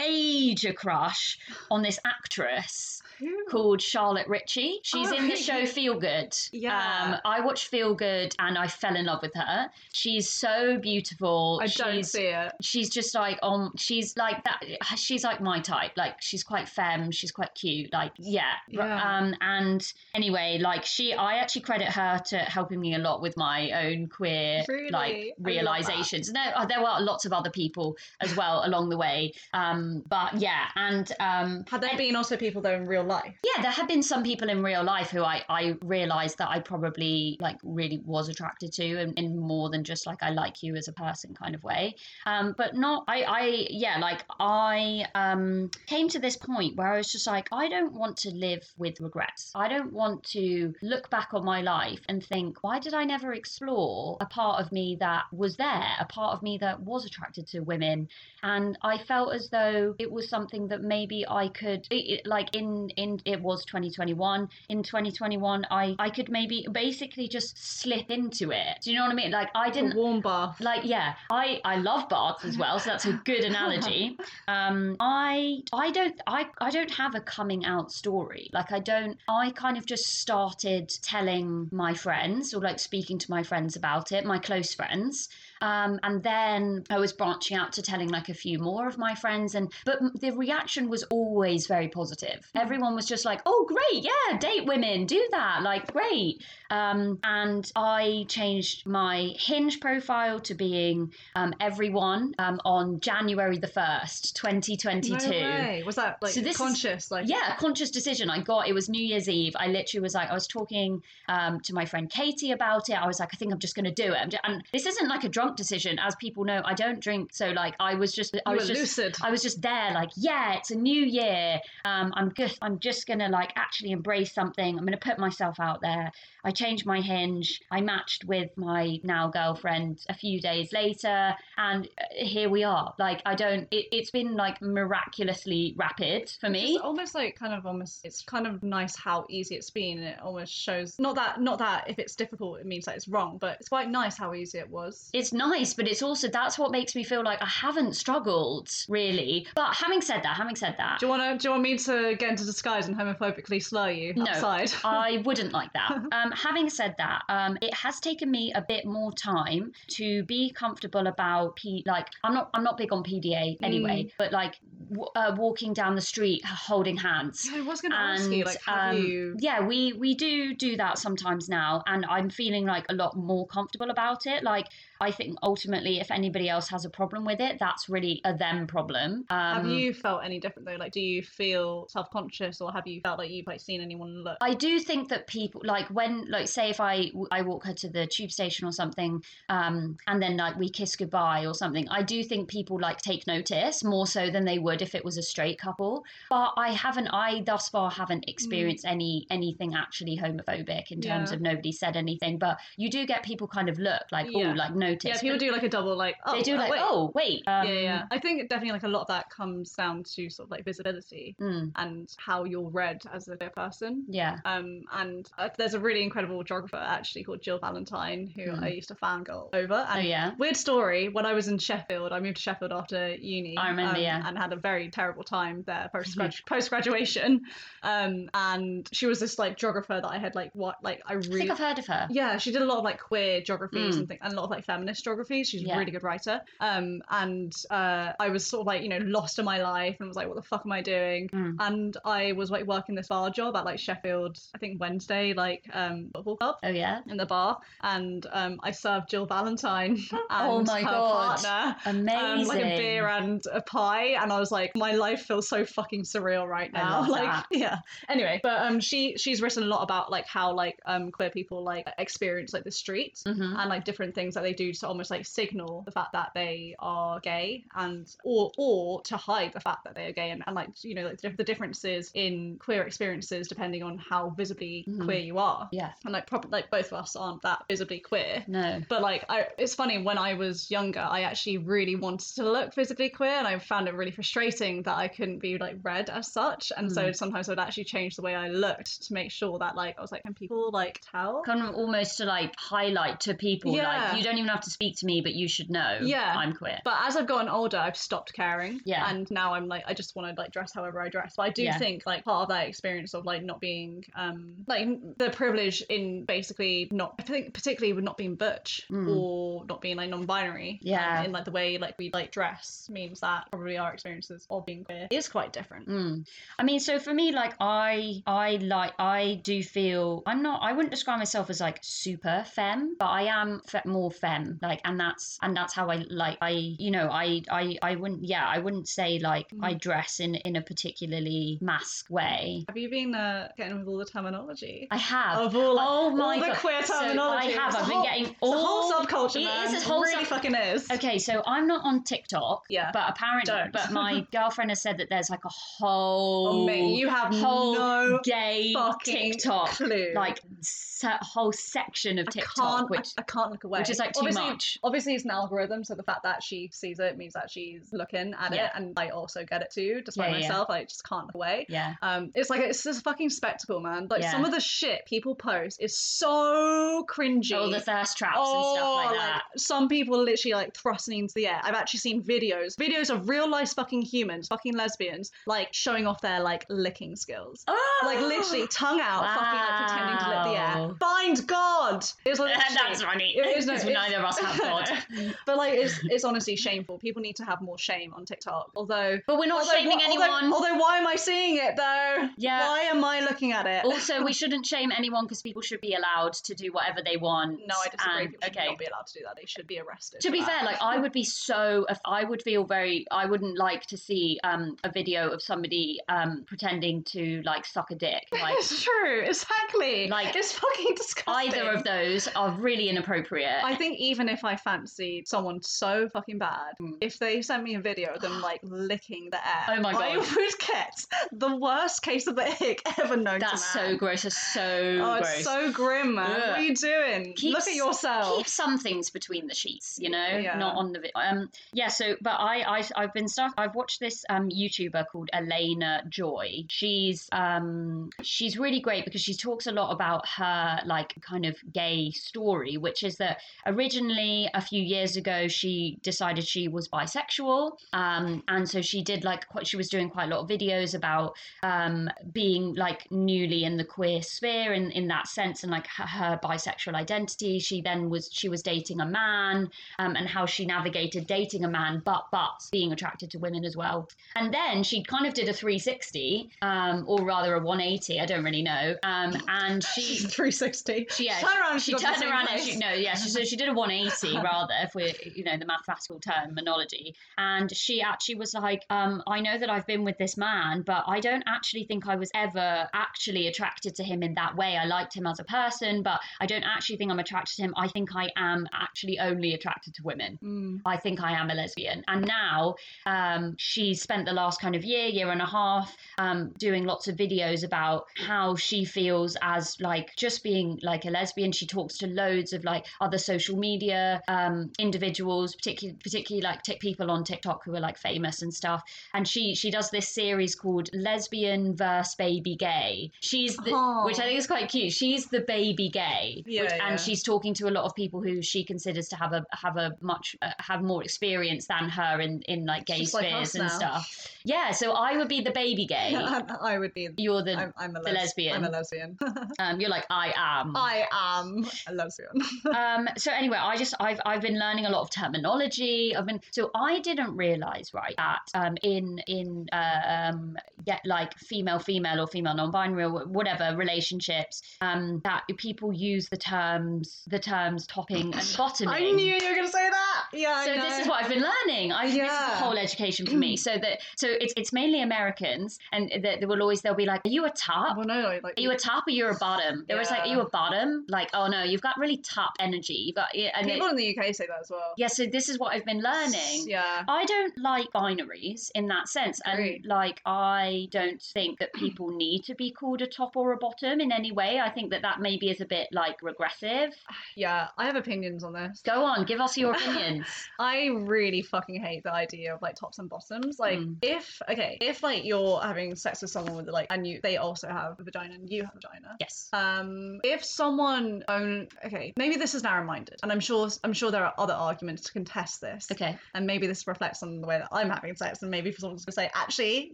major crush on this actress
Who?
called Charlotte Ritchie. She's
Oh,
in the
really?
show Feel Good.
Yeah.
Um, I watched Feel Good and I fell in love with her. She's so beautiful.
I
she's,
don't see it.
She's just like um, she's like that. She's like my type. Like she's quite femme. She's quite cute. Like yeah.
Yeah.
Um, and anyway, like she, I actually credit her to helping me a lot with my own queer
Really? I love
like
that.
realizations. No, oh, there were lots of other people as well along the way. Um, but yeah, and um,
Had there been also people though in real life?
yeah, there have been some people in real life who I, I realized that I probably like really was attracted to and in more than just like I like you as a person kind of way. Um, but not I, I yeah, like I um came to this point where I was just like, I don't want to live with regrets. I don't want to look back on my life and think, why did I never explore a part of me that was there, a part of me that was attracted to women and I felt as though it was something that maybe I could it, it- like in in it was 2021. In 2021, I I could maybe basically just slip into it. Do you know what I mean? Like I
A
didn't
warm bath.
like yeah i i love baths as well so that's a good analogy um i i don't i i don't have a coming out story like i don't i kind of just started telling my friends or like speaking to my friends about it my close friends um, and then I was branching out to telling like a few more of my friends, and but m- the reaction was always very positive.
Mm.
Everyone was just like, "Oh, great, yeah, date women, do that, like, great." Um, and I changed my Hinge profile to being um, everyone um, on January the 1st, 2022.
no way. Was that like
So this is-
conscious? Like
Yeah, conscious decision. I got it was New Year's Eve. I literally was like, I was talking um, to my friend Katie about it. I was like, I think I'm just going to do it. I'm ju- and this isn't like a drunk decision, as people know. I don't drink, so like I was just, I
you
was
were
just.
lucid.
I was just there, like, yeah, it's a new year. Um, I'm just, I'm just gonna like actually embrace something. I'm gonna put myself out there. I changed my hinge. I matched with my now girlfriend a few days later, and uh, here we are. Like, I don't. It, it's been like miraculously rapid for me.
It's almost like kind of almost it's kind of nice how easy it's been and it almost shows not that not that if it's difficult it means that it's wrong, but it's quite nice how easy it was.
it's nice, but it's also that's what makes me feel like I haven't struggled really. But having said that, having said that,
do you want to? Do you want me to get into disguise and homophobically slur you
No.
outside?
I wouldn't like that. Um, having said that, um, it has taken me a bit more time to be comfortable about P- like I'm not I'm not big on PDA anyway, but like w- uh, walking down the street holding hands.
I was going to ask you, like, have
um,
you?
yeah we we do do that sometimes now and i'm feeling like a lot more comfortable about it like i think ultimately if anybody else has a problem with it that's really a them problem um
Have you felt any different though? Like, do you feel self-conscious, or have you felt like you've like seen anyone look?
I do think that people like when like say if I I walk her to the tube station or something um and then like we kiss goodbye or something I do think people like take notice more so than they would if it was a straight couple but I haven't I thus far
Mm.
haven't experienced any anything actually homophobic in terms
Yeah.
of nobody said anything but you do get people kind of look like
Yeah.
oh like notice
yeah,
but
people do like a double, like oh,
they do
uh,
like
wait.
oh wait um,
yeah, yeah. I think definitely like a lot of that comes down to sort of like visibility
mm,
and how you're read as a queer person.
yeah
Um, and uh, there's a really incredible geographer actually called Jill Valentine who
Hmm.
I used to fangirl over.
oh
And
yeah
Weird story. When I was in Sheffield, I moved to Sheffield after uni.
I remember,
um,
yeah.
and had a very terrible time there post post graduation. Um, and she was this like geographer that I had like what like I
I
really
think I've heard of her
yeah, she did a lot of like queer geographies
Mm.
and, things, and a lot of like feminist geographies. She's
Yeah.
a really good writer. Um, and uh, I was sort of like you know lost in my life and was like, what the fuck am I doing?
Mm.
And I was like working this bar job at like Sheffield, I think Wednesday, like um football club
oh yeah
in the bar, and um, I served Jill Valentine and
Oh my
her
God.
partner.
amazing
Um, like a beer and a pie, and I was like, my life feels so fucking surreal right
I
now.
love
like,
that.
yeah. Anyway, but um, she she's written a lot about like how like um queer people like experience like the streets
Mhm.
and like different things that they do to almost like signal the fact that they are gay and or or to hide the fact that they are gay and, and like you know like the- the differences in queer experiences depending on how visibly
Mhm.
queer you are
yeah
and like probably like both of us aren't that visibly queer
no
but like I, it's funny when i was younger i actually really wanted to look visibly queer and i found it really frustrating that i couldn't be like read as such and so sometimes i would actually change the way i looked to make sure that like i was like can people like tell
kind of almost to like highlight to people
Yeah.
like you don't even have to speak to me but you should know
Yeah.
i'm queer
but as i've gotten older i've stopped caring
Yeah.
and now i'm like i just want to like dress however i dress but i do
Yeah.
think like part of that experience of like not being um like the privilege in basically not i think particularly with not being butch
Mm.
or not being like non-binary um,
Yeah.
in like the way like we like dress means that probably our experiences of being queer is quite different
Mm. I mean, so for me, like I, I like, I do feel I'm not. I wouldn't describe myself as like super femme, but I am fe- more femme. Like, and that's and that's how I like. I, you know, I, I, I wouldn't. Yeah, I wouldn't say like
Mhm.
I dress in in a particularly mask way.
have you been uh, getting with all the terminology
I have.
of all like,
oh my
all the
god!
queer
So
terminology
I have.
It's a
I've
whole-
been getting
it's
all
a whole subculture
It
man.
is a whole
really
sub-
fucking is
Okay, so I'm not on TikTok.
Yeah.
But apparently,
Don't.
but my girlfriend has said that there's like a whole
Oh, mate, you have
whole
no
gay
fucking
TikTok
clue.
like se- whole section of
I
TikTok,
can't,
which
I, I can't look away.
which is like too
obviously,
much.
Obviously, it's an algorithm, so the fact that she sees it means that she's looking at
Yeah.
it, and I also get it too. Despite
Yeah, yeah.
myself, I just can't look away.
yeah,
Um, it's like it's this fucking spectacle, man. Like
Yeah.
some of the shit people post is so cringy. Oh,
all the thirst traps and stuff like that.
some people are literally like thrusting into the air. I've actually seen videos, videos of real life fucking humans, fucking lesbians, like showing off their like licking skills.
Oh!
Like literally tongue out, fucking like pretending to lick the air.
Wow.
Find God. It's like literally-
That's funny.
It is, no,
Because
it's-
neither of us have God.
but like it's it's honestly shameful. People need to have more shame on TikTok. Although
But we're not
although,
shaming
wh- although-
anyone.
Although, why am I seeing it though?
Yeah.
Why am I looking at it?
also, we shouldn't shame anyone because people should be allowed to do whatever they want.
no, I disagree.
and-
People should
okay.
not be allowed to do that. They should be arrested.
to
for
be
that.
fair, like I would be so, if I would feel very, I wouldn't like to see um, a video of somebody um, pretending to like suck a dick. Like
it's true. Exactly.
Like,
Like it's fucking disgusting.
either of those are really inappropriate.
I think even if I fancied someone so fucking bad,
Mm.
if they sent me a video of them like licking the air,
Oh my
I
God.
would get the worst case of the ick ever known
That's
to man.
so gross. That's so
Oh,
gross.
it's so grim, man. What
Ugh.
are you doing?
Keep
Look
s-
at yourself.
keep some things between the sheets you know
Yeah.
not on the vi- um yeah so but I, I i've been stuck i've watched this um youtuber called elena joy she's um she's really great because she talks a lot about her like kind of gay story which is that originally a few years ago she decided she was bisexual um and so she did like quite she was doing quite a lot of videos about um being like newly in the queer sphere in in that sense and like her, her bisexual identity she then was she was dating a man um, and how she navigated dating a man but but being attracted to women as well and then she kind of did a 360 um or rather a 180 i don't really know um and she
She's 360.
she, yeah,
turned around.
she
got to the
turned
same
around and
place.
she, no, yeah, she, so she did a 180 rather, if we're, you know, the mathematical terminology. And she actually was like, um, I know that I've been with this man, but I don't actually think I was ever actually attracted to him in that way. I liked him as a person, but I don't actually think I'm attracted to him. I think I am actually only attracted to women.
Mm.
I think I am a lesbian. And now um, she spent the last kind of year, year and a half, um, doing lots of videos about how she feels as like just being like a lesbian. She talks to loads of like other social media um, individuals, particularly particularly like tick people on TikTok who are like famous and stuff. And she she does this series called Lesbian verse Baby Gay. She's the,
Aw.
which I think is quite cute. She's the baby gay,
Yeah,
which,
yeah.
and she she's talking to a lot of people who she considers to have a have a much uh, have more experience than her in in like gay
She's like
spheres
us
and
now.
stuff. Yeah, so I would be the baby gay.
I would be.
You're the
I'm, I'm a
the
les-
lesbian.
I'm a lesbian.
um, you're like I am.
I am a lesbian.
um so anyway i just i've i've been learning a lot of terminology i've been so i didn't realize right that um in in uh, um get like female female or female non-binary or whatever relationships um that people use the terms the terms topping and bottoming
I knew you were going to say that. Yeah.
so
I know.
this is what I've been learning. I this is
Yeah.
the whole education for me. So that so it's it's mainly Americans, and that they will always they'll be like, "Are you a top?
Oh, Well, no, no, like
Are you a top or you're a bottom?" They were just like, "Are
Yeah.
you a bottom?" Like, "Oh no, you've got really top energy." You've got yeah, and it,
people in the UK say that as well.
yeah. So this is what I've been learning.
Yeah.
I don't like binaries in that sense,
Agreed.
and like I don't think that people need to be called a top or a bottom in any way. I think that that maybe is a bit like regressive.
Yeah. I have opinions on this.
Go on, give us your opinions.
I really fucking hate the idea of like tops and bottoms. Like
Mm.
if okay, if like you're having sex with someone with like and you they also have a vagina and you have a vagina.
yes.
Um if someone own okay, maybe this is narrow minded and I'm sure I'm sure there are other arguments to contest this.
Okay.
And maybe this reflects on the way that I'm having sex and maybe for someone's gonna say, actually,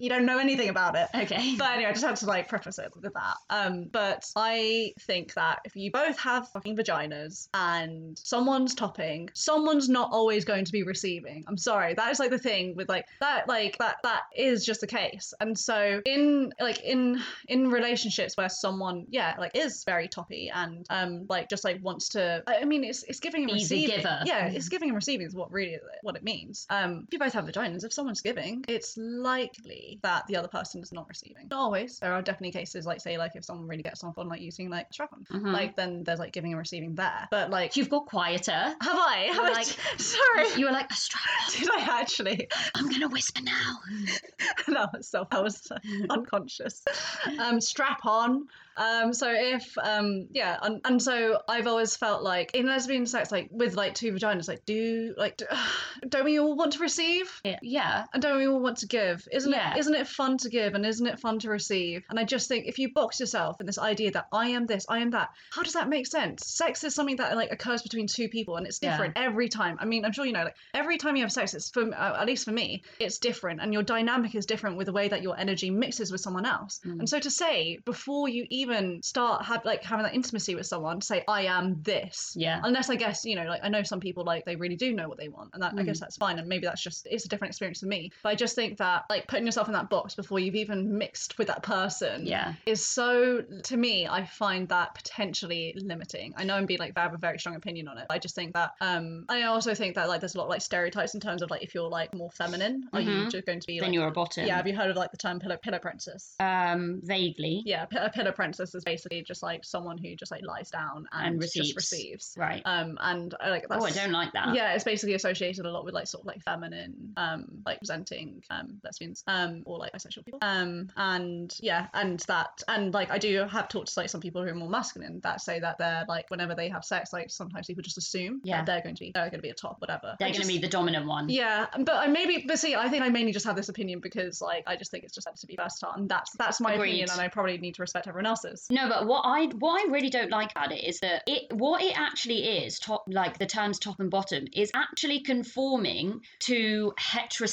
you don't know anything about it.
Okay.
But anyway, I just had to like preface it with that. Um, but I think that if you both have fucking vaginas and someone's topping, someone's not always going to be receiving. I'm sorry, that is like the thing with like that, like that, that is just the case. And so in like in in relationships where someone, yeah, like is very toppy and um like just like wants to, I I mean, it's it's giving and
Be the
receiving.
giver. Mm-hmm.
Yeah, it's giving and receiving is what really what it means. Um, if you both have vaginas, if someone's giving, it's likely that the other person is not receiving. Not always. There are definitely cases like say like if someone really gets off on like using like strap on,
Mhm.
like then there's like giving and receiving there. But like
You've got quieter.
have I? Have
like-
I? Sorry.
You were like, strap up.
Did I actually?
I'm going to whisper now.
no, so I was uh, unconscious. Um, strap on. Um, so if um yeah and, and so i've always felt like in lesbian sex like with like two vaginas like do like do, don't we all want to receive
Yeah. yeah.
and don't we all want to give isn't
Yeah.
it isn't it fun to give and isn't it fun to receive and i just think if you box yourself in this idea that i am this i am that how does that make sense sex is something that like occurs between two people and it's
Yeah.
different every time i mean i'm sure you know like every time you have sex it's for uh, at least for me it's different and your dynamic is different with the way that your energy mixes with someone else
Mm.
and so to say before you even start have like having that intimacy with someone to say i am this
Yeah.
unless i guess you know like i know some people like they really do know what they want and that i
Mm.
guess that's fine and maybe that's just it's a different experience for me but i just think that like putting yourself in that box before you've even mixed with that person
Yeah.
is so to me i find that potentially limiting i know i'm being like i have a very strong opinion on it but i just think that um i also think that like there's a lot of like stereotypes in terms of like if you're like more feminine are you
Mhm.
just going to be
Then
like
you're a bottom.
yeah have you heard of like the term pillow, pillow princess
Um, vaguely.
yeah p- a pillow princess is basically just like someone who just like lies down and,
And
just
receives.
receives
Right.
um and I like that's
oh, I don't like that.
yeah, it's basically associated a lot with like sort of like feminine, um, like presenting um lesbians, um, or like bisexual people. Um, and yeah, and that and like I do have talked to like some people who are more masculine that say that they're like whenever they have sex, like sometimes people just assume
Yeah.
that they're going to be they're gonna be a top, whatever.
They're
I
going to
just-
be the dominant one.
yeah, but I maybe, but see, I think I mainly just have this opinion because, like, I just think it's just better to be versatile, and that's that's my opinion,
Agreed.
and I probably need to respect everyone else's.
No, but what I what I really don't like about it is that it what it actually is top like the terms top and bottom is actually conforming to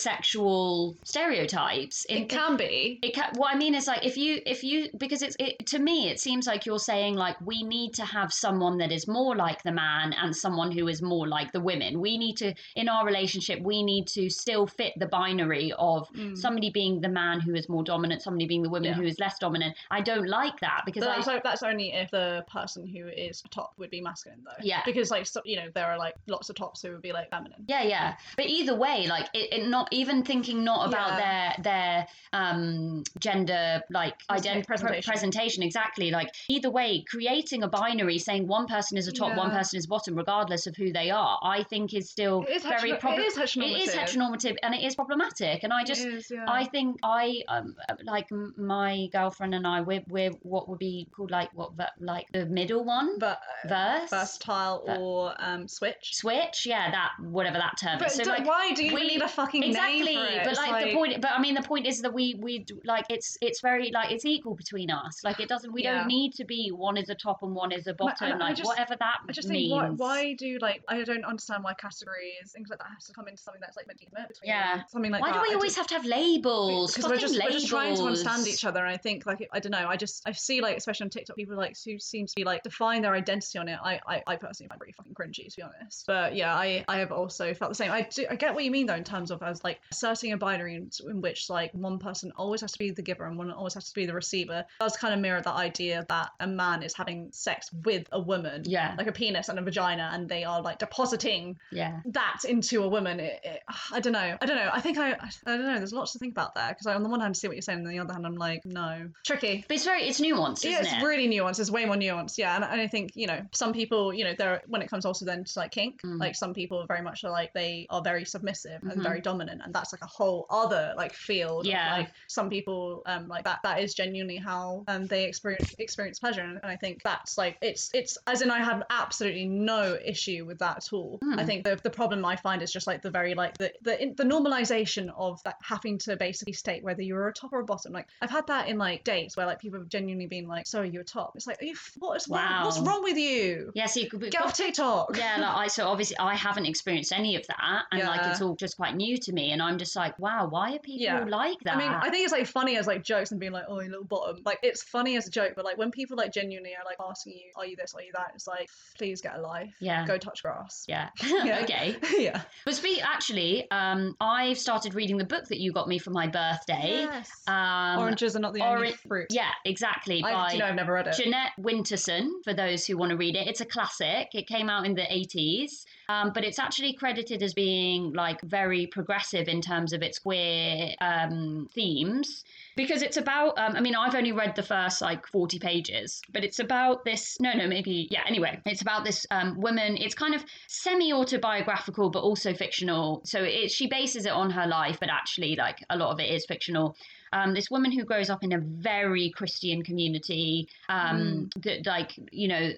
heterosexual stereotypes. in
It can be,
it ca what i mean is like if you if you because it's it, to me it seems like you're saying like we need to have someone that is more like the man and someone who is more like the women we need to in our relationship we need to still fit the binary of
Mm.
somebody being the man who is more dominant somebody being the woman
Yeah.
who is less dominant i don't like that because
But
i
that's, o- that's only if the person who is top would be masculine, though.
Yeah.
Because, like, so, you know, there are, like, lots of tops who would be, like, feminine.
Yeah, yeah. But either way, like it, it not even thinking not about their their um gender like
Presenta-
identity
presentation.
presentation exactly. Like either way, creating a binary saying one person is a top, one
Yeah.
person is bottom, regardless of who they are, I think is still
It is
very
heteronorm-
prob-
it is heteronormative.
It is heteronormative and it is problematic. And I just
It is, yeah.
I think I um like m- my girlfriend and I we're we're what would be called like what ver- like the middle one
But, uh,
verse
versatile
But-
or um, switch.
switch yeah that whatever that term
But
is. So
d-
like,
why do you
we-
need a fucking
exactly
name for it?
but
It's
like, the point but i mean the point is that we we d- like it's it's very like it's equal between us like it doesn't we
Yeah.
don't need to be one is a top and one is a bottom
and I
like
just-
whatever that
I just
means
think why, why do like I don't understand why categories things like that has to come into something that's like meant to be between
Yeah.
something like
Why
that.
do we
I
always
just-
have to have labels
because we're
Fucking
just, we're
labels.
just trying to understand each other and i think like i don't know i just i see like especially on tiktok people like who seem to be like define their identity on it i i, I personally find pretty fucking cringy to be honest but yeah i i have also felt the same i do i get what you mean though in terms of as like asserting a binary in, in which like one person always has to be the giver and one always has to be the receiver does kind of mirror that idea that a man is having sex with a woman
yeah
like a penis and a vagina and they are like depositing
yeah
that into a woman it, it, i don't know i don't know i think i i don't know there's lots to think about there because on the one hand I see what you're saying and on the other hand i'm like no tricky
but it's very it's nuanced
yeah,
isn't
it's
it
really nuanced. It's way more nuanced. Yeah, and, and I think you know some people, you know, there when it comes also then to like kink,
Mm.
like some people very much are like they are very submissive and
Mhm.
very dominant, and that's like a whole other like field. of,
Yeah.
like some people, um, like that that is genuinely how um they experience experience pleasure, and, and I think that's like it's it's as in I have absolutely no issue with that at all. I
Mm.
think the the problem I find is just like the very like the the in, the normalization of that having to basically state whether you're a top or a bottom. Like I've had that in like dates where like people have genuinely been like, "Sorry, you're a top." It's like, Are you, f- what is what's
Wow.
wrong with you?
yeah so you could be
Get off TikTok.
yeah like i so obviously i haven't experienced any of that and like
Yeah.
it's all just quite new to me and i'm just like wow why are people
Yeah.
like that
I mean, I think it's like funny as like jokes and being like, "Oh, you little bottom." Like it's funny as a joke, but like when people like genuinely are like asking you, "Are you this? Are you that?" It's like, please get a life.
yeah
Go touch grass.
yeah
Yeah.
okay
yeah.
But speak actually, um, I've started reading the book that you got me for my birthday.
Yes.
Um,
Oranges are not the only
oran-
fruit.
Yeah, exactly.
I,
by
do you know, I've never read it.
Jeanette Winterson, for those who want to read it. It's a classic. It came out in the 80s. Um, but it's actually credited as being like very progressive in terms of its queer um, themes because it's about um, i mean i've only read the first like 40 pages but it's about this no no maybe yeah anyway it's about this um, woman it's kind of semi autobiographical but also fictional so it, she bases it on her life but actually like a lot of it is fictional um, this woman who grows up in a very Christian community um, that, like, you know,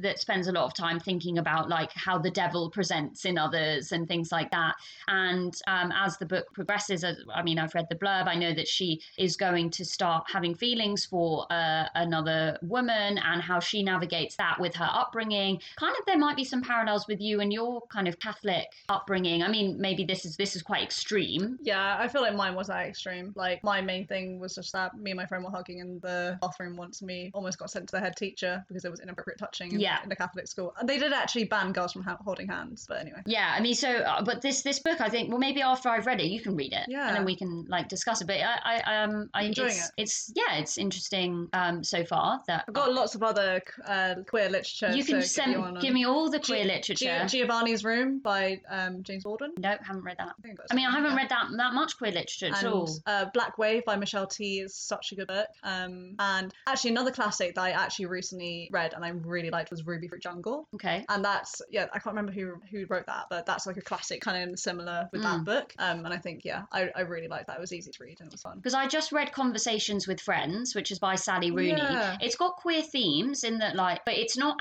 that spends a lot of time thinking about like how the devil presents in others and things like that. And um, as the book progresses, as, I mean, I've read the blurb. I know that she is going to start having feelings for uh, another woman and how she navigates that with her upbringing. Kind of, there might be some parallels with you and your kind of Catholic upbringing. I mean, maybe this is this is quite extreme.
Yeah, I feel like mine was that extreme. Like my main thing was just that me and my friend were hugging in the bathroom once. and We almost got sent to the head teacher because it was inappropriate touching in,
Yeah.
in the Catholic school. And they did actually ban girls from ha- holding hands, but anyway.
Yeah, I mean, so uh, but this this book, I think, well, maybe after I've read it, you can read it,
Yeah.
and then we can like discuss it. But I, I um, I
You're enjoying
it's,
it?
it's yeah, it's interesting um so far that
I've got lots of other uh, queer literature.
Oh. you can
to
send
give, you on,
give me all the
Gi-
queer
Gi-
literature.
Giovanni's Room by um, James Baldwin.
nope, haven't read that.
I, think that's
I mean, I
something,
haven't
yeah.
read that that much queer literature at
and
all.
uh, Black Wave by Michelle T is such a good book. Um, and actually, another classic that I actually recently read and I really liked was Ruby Fruit Jungle.
Okay,
And that's yeah, I can't remember who who wrote that, but that's like a classic kind of similar with
Mm.
that book. Um, and I think yeah, I, I really liked that. It was easy to read and it was fun.
because I just read Conversations with Friends, which is by Sally Rooney.
Yeah.
It's got queer themes in that, like, but it's not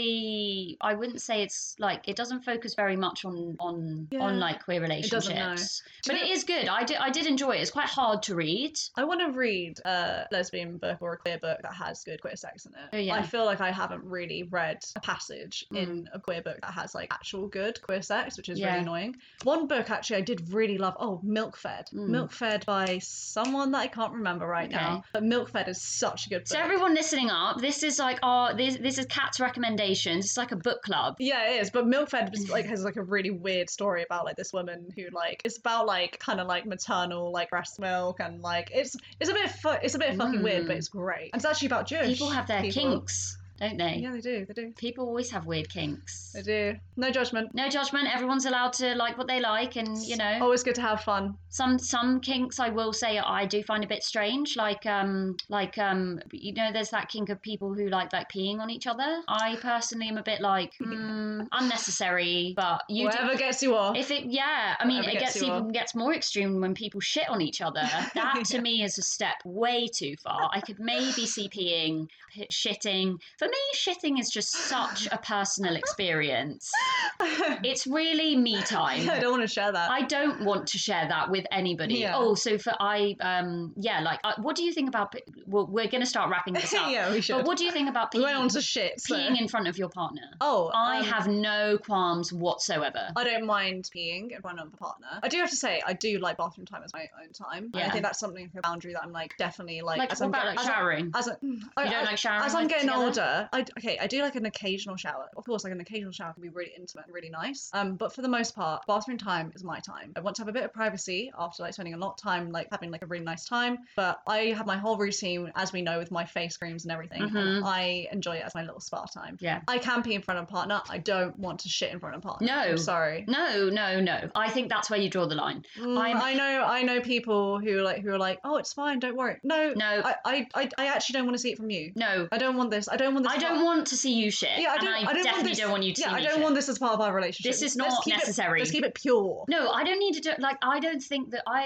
actually. I wouldn't say it's like it doesn't focus very much on on
Yeah.
on like queer relationships.
doesn't know. Do
But
you
it
know-
is good. I did I did enjoy it. It's quite hard to read.
I want to read a lesbian book or a queer book that has good queer sex in it.
Oh, yeah. Mm.
I feel like I haven't really read a passage in a queer book that has like actual good queer sex, which is
Yeah.
really annoying. One book actually I did really love. Oh, Milk Fed.
Mm.
Milk Fed by someone that I can't remember right
Okay.
now. But Milk Fed is such a good book.
So everyone listening up, this is like our this this is Cat's recommendations. It's like a book club.
Yeah, it is. But Milkfed is, like has like a really weird story about like this woman who like it's about like kind of like maternal like breast milk and like it's it's a bit fu- it's a bit fucking weird, but
Mm.
it's great. And it's actually about Jewish
People have their
people.
kinks, don't they?
Yeah, they do. They do.
People always have weird kinks.
They do. No judgment.
No judgment. Everyone's allowed to like what they like, and Mm, you know,
Always good to have fun.
some some kinks I will say I do find a bit strange. Like um like um you know, there's that kink of people who like like peeing on each other. I personally am a bit like mm, unnecessary, but you do,
Whatever gets you off.
If it, yeah, I mean,
Whatever
it
gets
gets
you
even
off.
gets more extreme when people shit on each other. That to me is a step way too far. I could maybe see peeing, p- shitting. For me, shitting is just such a personal experience. It's really me
I
time.
don't want to share that.
I don't want to share that with anybody.
Yeah.
Oh, so for I, um, yeah, like, uh, what do you think about? p- Well, we're gonna start wrapping this up.
yeah, we
But
should.
what do you think about
We went on
peeing,
to shit. So.
peeing in front of your partner?
oh,
I
um,
have no qualms whatsoever.
I don't mind peeing in front of a partner. I do have to say, I do like bathroom time as my own time. And I
Yeah.
think that's something a boundary that I'm like definitely like.
Like,
as
what
I'm
about
get-
like
as I'm-
showering?
As I, mm, I-
you don't
I-
like showering?
as I'm
with-
getting
together?
older, I d- okay, I do like an occasional shower. Of course, like an occasional shower can be really intimate and really nice. Um, but for the most part, bathroom time is my time. I want to have a bit of privacy after like spending a lot of time like having like a really nice time. But I have my whole routine, as we know, with my face creams and everything.
Mhm.
And I enjoy it as my little spa time.
Yeah.
I can pee in front of a partner. I don't want to shit in front of a partner.
No.
I'm sorry.
No, no, no. I think that's where you draw the line.
Mm,
I'm-
I know I know people who like who are like, oh, it's fine, don't worry. No,
No.
I I, I, I actually don't want to see it from you.
No,
I don't want this. I don't want this.
I
part-
don't want to see you shit.
Yeah, I
and
don't.
I,
don't
definitely
want this,
don't want you to
yeah,
see
I
me
don't
shit.
want this as part of our relationship.
This is
Let's
not
keep it-
necessary.
let's keep it pure.
No, I don't need to do like I don't think that I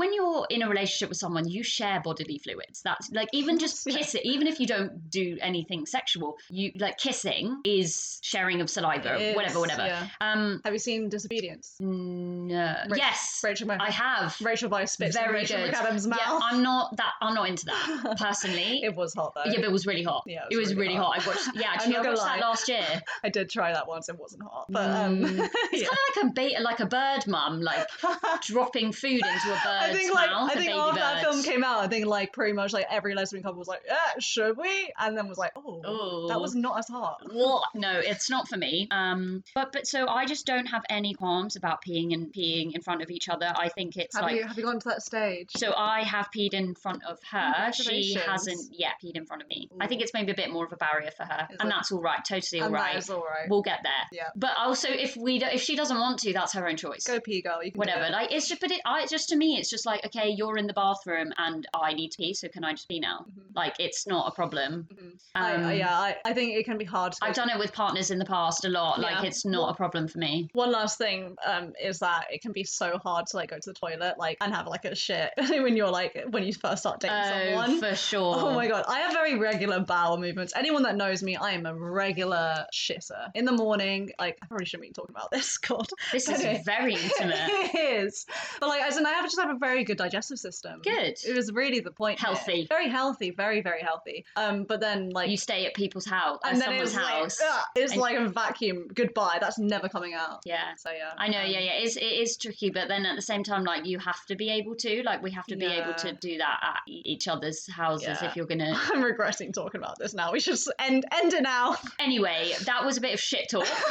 when you're in a relationship with someone you share bodily fluids. That's like even just
Yeah.
kiss it even if you don't do anything sexual, you like kissing is sharing of saliva,
It
whatever,
is,
whatever.
yeah.
Um
Have you seen Disobedience?
no.
Ra-
yes.
Rachel Mc-
I have.
Rachel Weisz spits in
Very
Rachel
good.
McAdams' mouth.
Yeah, I'm not that I'm not into that personally.
it was hot though.
yeah, but it was really hot.
Yeah,
it was, really, hot. I watched yeah,
I'm
actually
not
I
gonna
watched that
lie.
last year.
I did try that once. It wasn't hot, but um,
Mm. It's
yeah.
kind of like a bait, like a bird mum, like dropping food into a bird's
I think like
mouth.
I
a
think
baby
after that
bird.
film came out, I think like pretty much like every lesbian couple was like, yeah, should we? And then was like, oh, that
Ooh.
was not as hot.
What? No, it's not for me. Um, but but so I just don't have any qualms about peeing and peeing in front of each other. I think it's
Have
like
you have you gotten to that stage?
so I have peed in front of her. She
Congratulations.
hasn't yet peed in front of me. I think
Ooh.
it's maybe a bit more of a barrier for her,
It's
and
like-
that's all right. Totally all
and
right.
that is all right.
We'll get there.
Yeah.
But also, if we do, if she doesn't want to, that's her own choice.
Go pee, girl. You can do
Whatever.
it.
Like it's just, but it, I just to me, it's just like okay, you're in the bathroom and I need to pee, so can I just pee now?
Mhm.
Like it's not a problem.
Mhm. I-
Um,
I, yeah, I, I think it can be hard. To go
I've done it with partners in the past a lot. Like
Yeah.
it's not a problem for me.
One last thing um, is that it can be so hard to like go to the toilet like and have like a shit when you're like when you first start dating someone.
Oh, for sure.
Oh my god, I have very regular bowel movements. Anyone that knows me, I am a regular shitter. In the morning, like I probably shouldn't be talking about this. God,
This is
Anyway.
very intimate.
it is. But like, as in, I have just have a very good digestive system.
Good.
It was really the point. here.
Healthy.
Very healthy. Very very healthy. Um, but then like
you stay at people's house, at
and then
someone's
it's
house.
like ugh, it's
and-
like a vacuum. Goodbye. That's never coming out.
yeah.
So yeah.
I know,
um,
yeah, yeah. It's, it is tricky, but then at the same time, like, you have to be able to. Like, we have to be able
Yeah.
to do that at e- each other's houses
Yeah.
if you're going to.
I'm regretting talking about this now. We should s- end end it now.
Anyway, that was a bit of shit talk.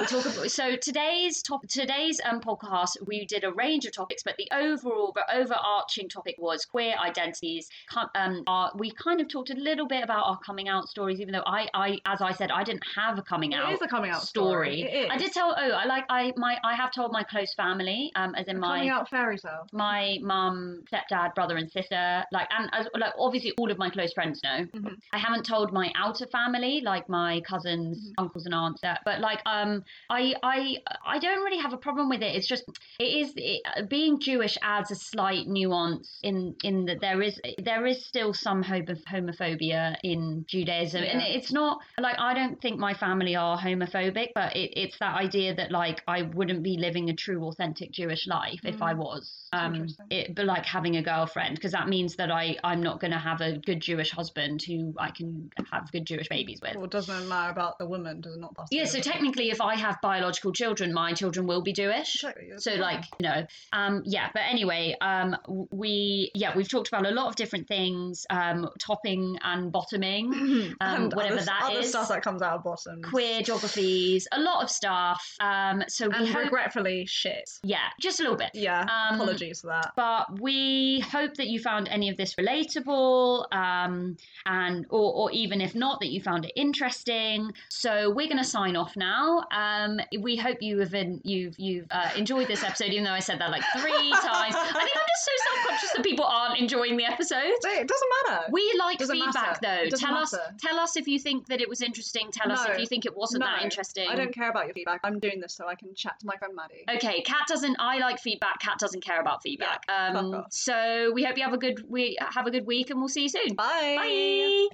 we talk about, so today's top today's um podcast we did a range of topics but the overall the overarching topic was queer identities com- um our, we kind of talked a little bit about our coming out stories even though i i as i said i didn't have a coming out
It is a coming out
story.
story. It is.
I did tell. Oh, I like. I my. I have told my close family. Um, as in
A
my
coming out fairy tale.
my mum, stepdad, brother, and sister. Like, and as, like obviously all of my close friends know.
Mhm.
I haven't told my outer family, like my cousins, uncles, and aunts. That, but like, um, I I I don't really have a problem with it. It's just it is it, uh, being Jewish adds a slight nuance in in that there is there is still some homo- homophobia in Judaism, and
Yeah.
it's not like I don't think my family are homophobic, but it, it's that idea that like I wouldn't be living a true, authentic Jewish life if I was, um,
Interesting.
it, but like having a girlfriend because that means that I I'm not going to have a good Jewish husband who I can have good Jewish babies with.
Well, it doesn't matter about the woman. Does it not pass?
Yeah, so technically, if I have biological children, my children will be Jewish.
Exactly, yeah.
So, like, you know, um, yeah. But anyway, um, w- we yeah, we've talked about a lot of different things, um, topping and bottoming,
um,
um, whatever
other,
that
other
is.
stuff that comes out of bottom.
queer geographies, a lot of stuff. Um, so we
and
hope,
regretfully shit.
yeah, just a little bit.
Yeah.
Um,
apologies for that.
but we hope that you found any of this relatable um, and or, or even if not that you found it interesting so we're going to sign off now um, we hope you have been, you've you've uh, enjoyed this episode even though i said that like three times i think i'm just so self-conscious that people aren't enjoying the episode
So it doesn't matter.
we like
Doesn't
feedback
matter.
though
Doesn't
tell us
matter.
tell us if you think that it was interesting tell us
No.
if you think it wasn't that
No.
interesting
I don't care about your feedback. I'm doing this so I can chat to my friend Maddie.
Okay, Cat doesn't. I like feedback. Cat doesn't care about feedback.
fuck
um,
off.
so we hope you have a good we have a good week, and we'll see you soon. Bye.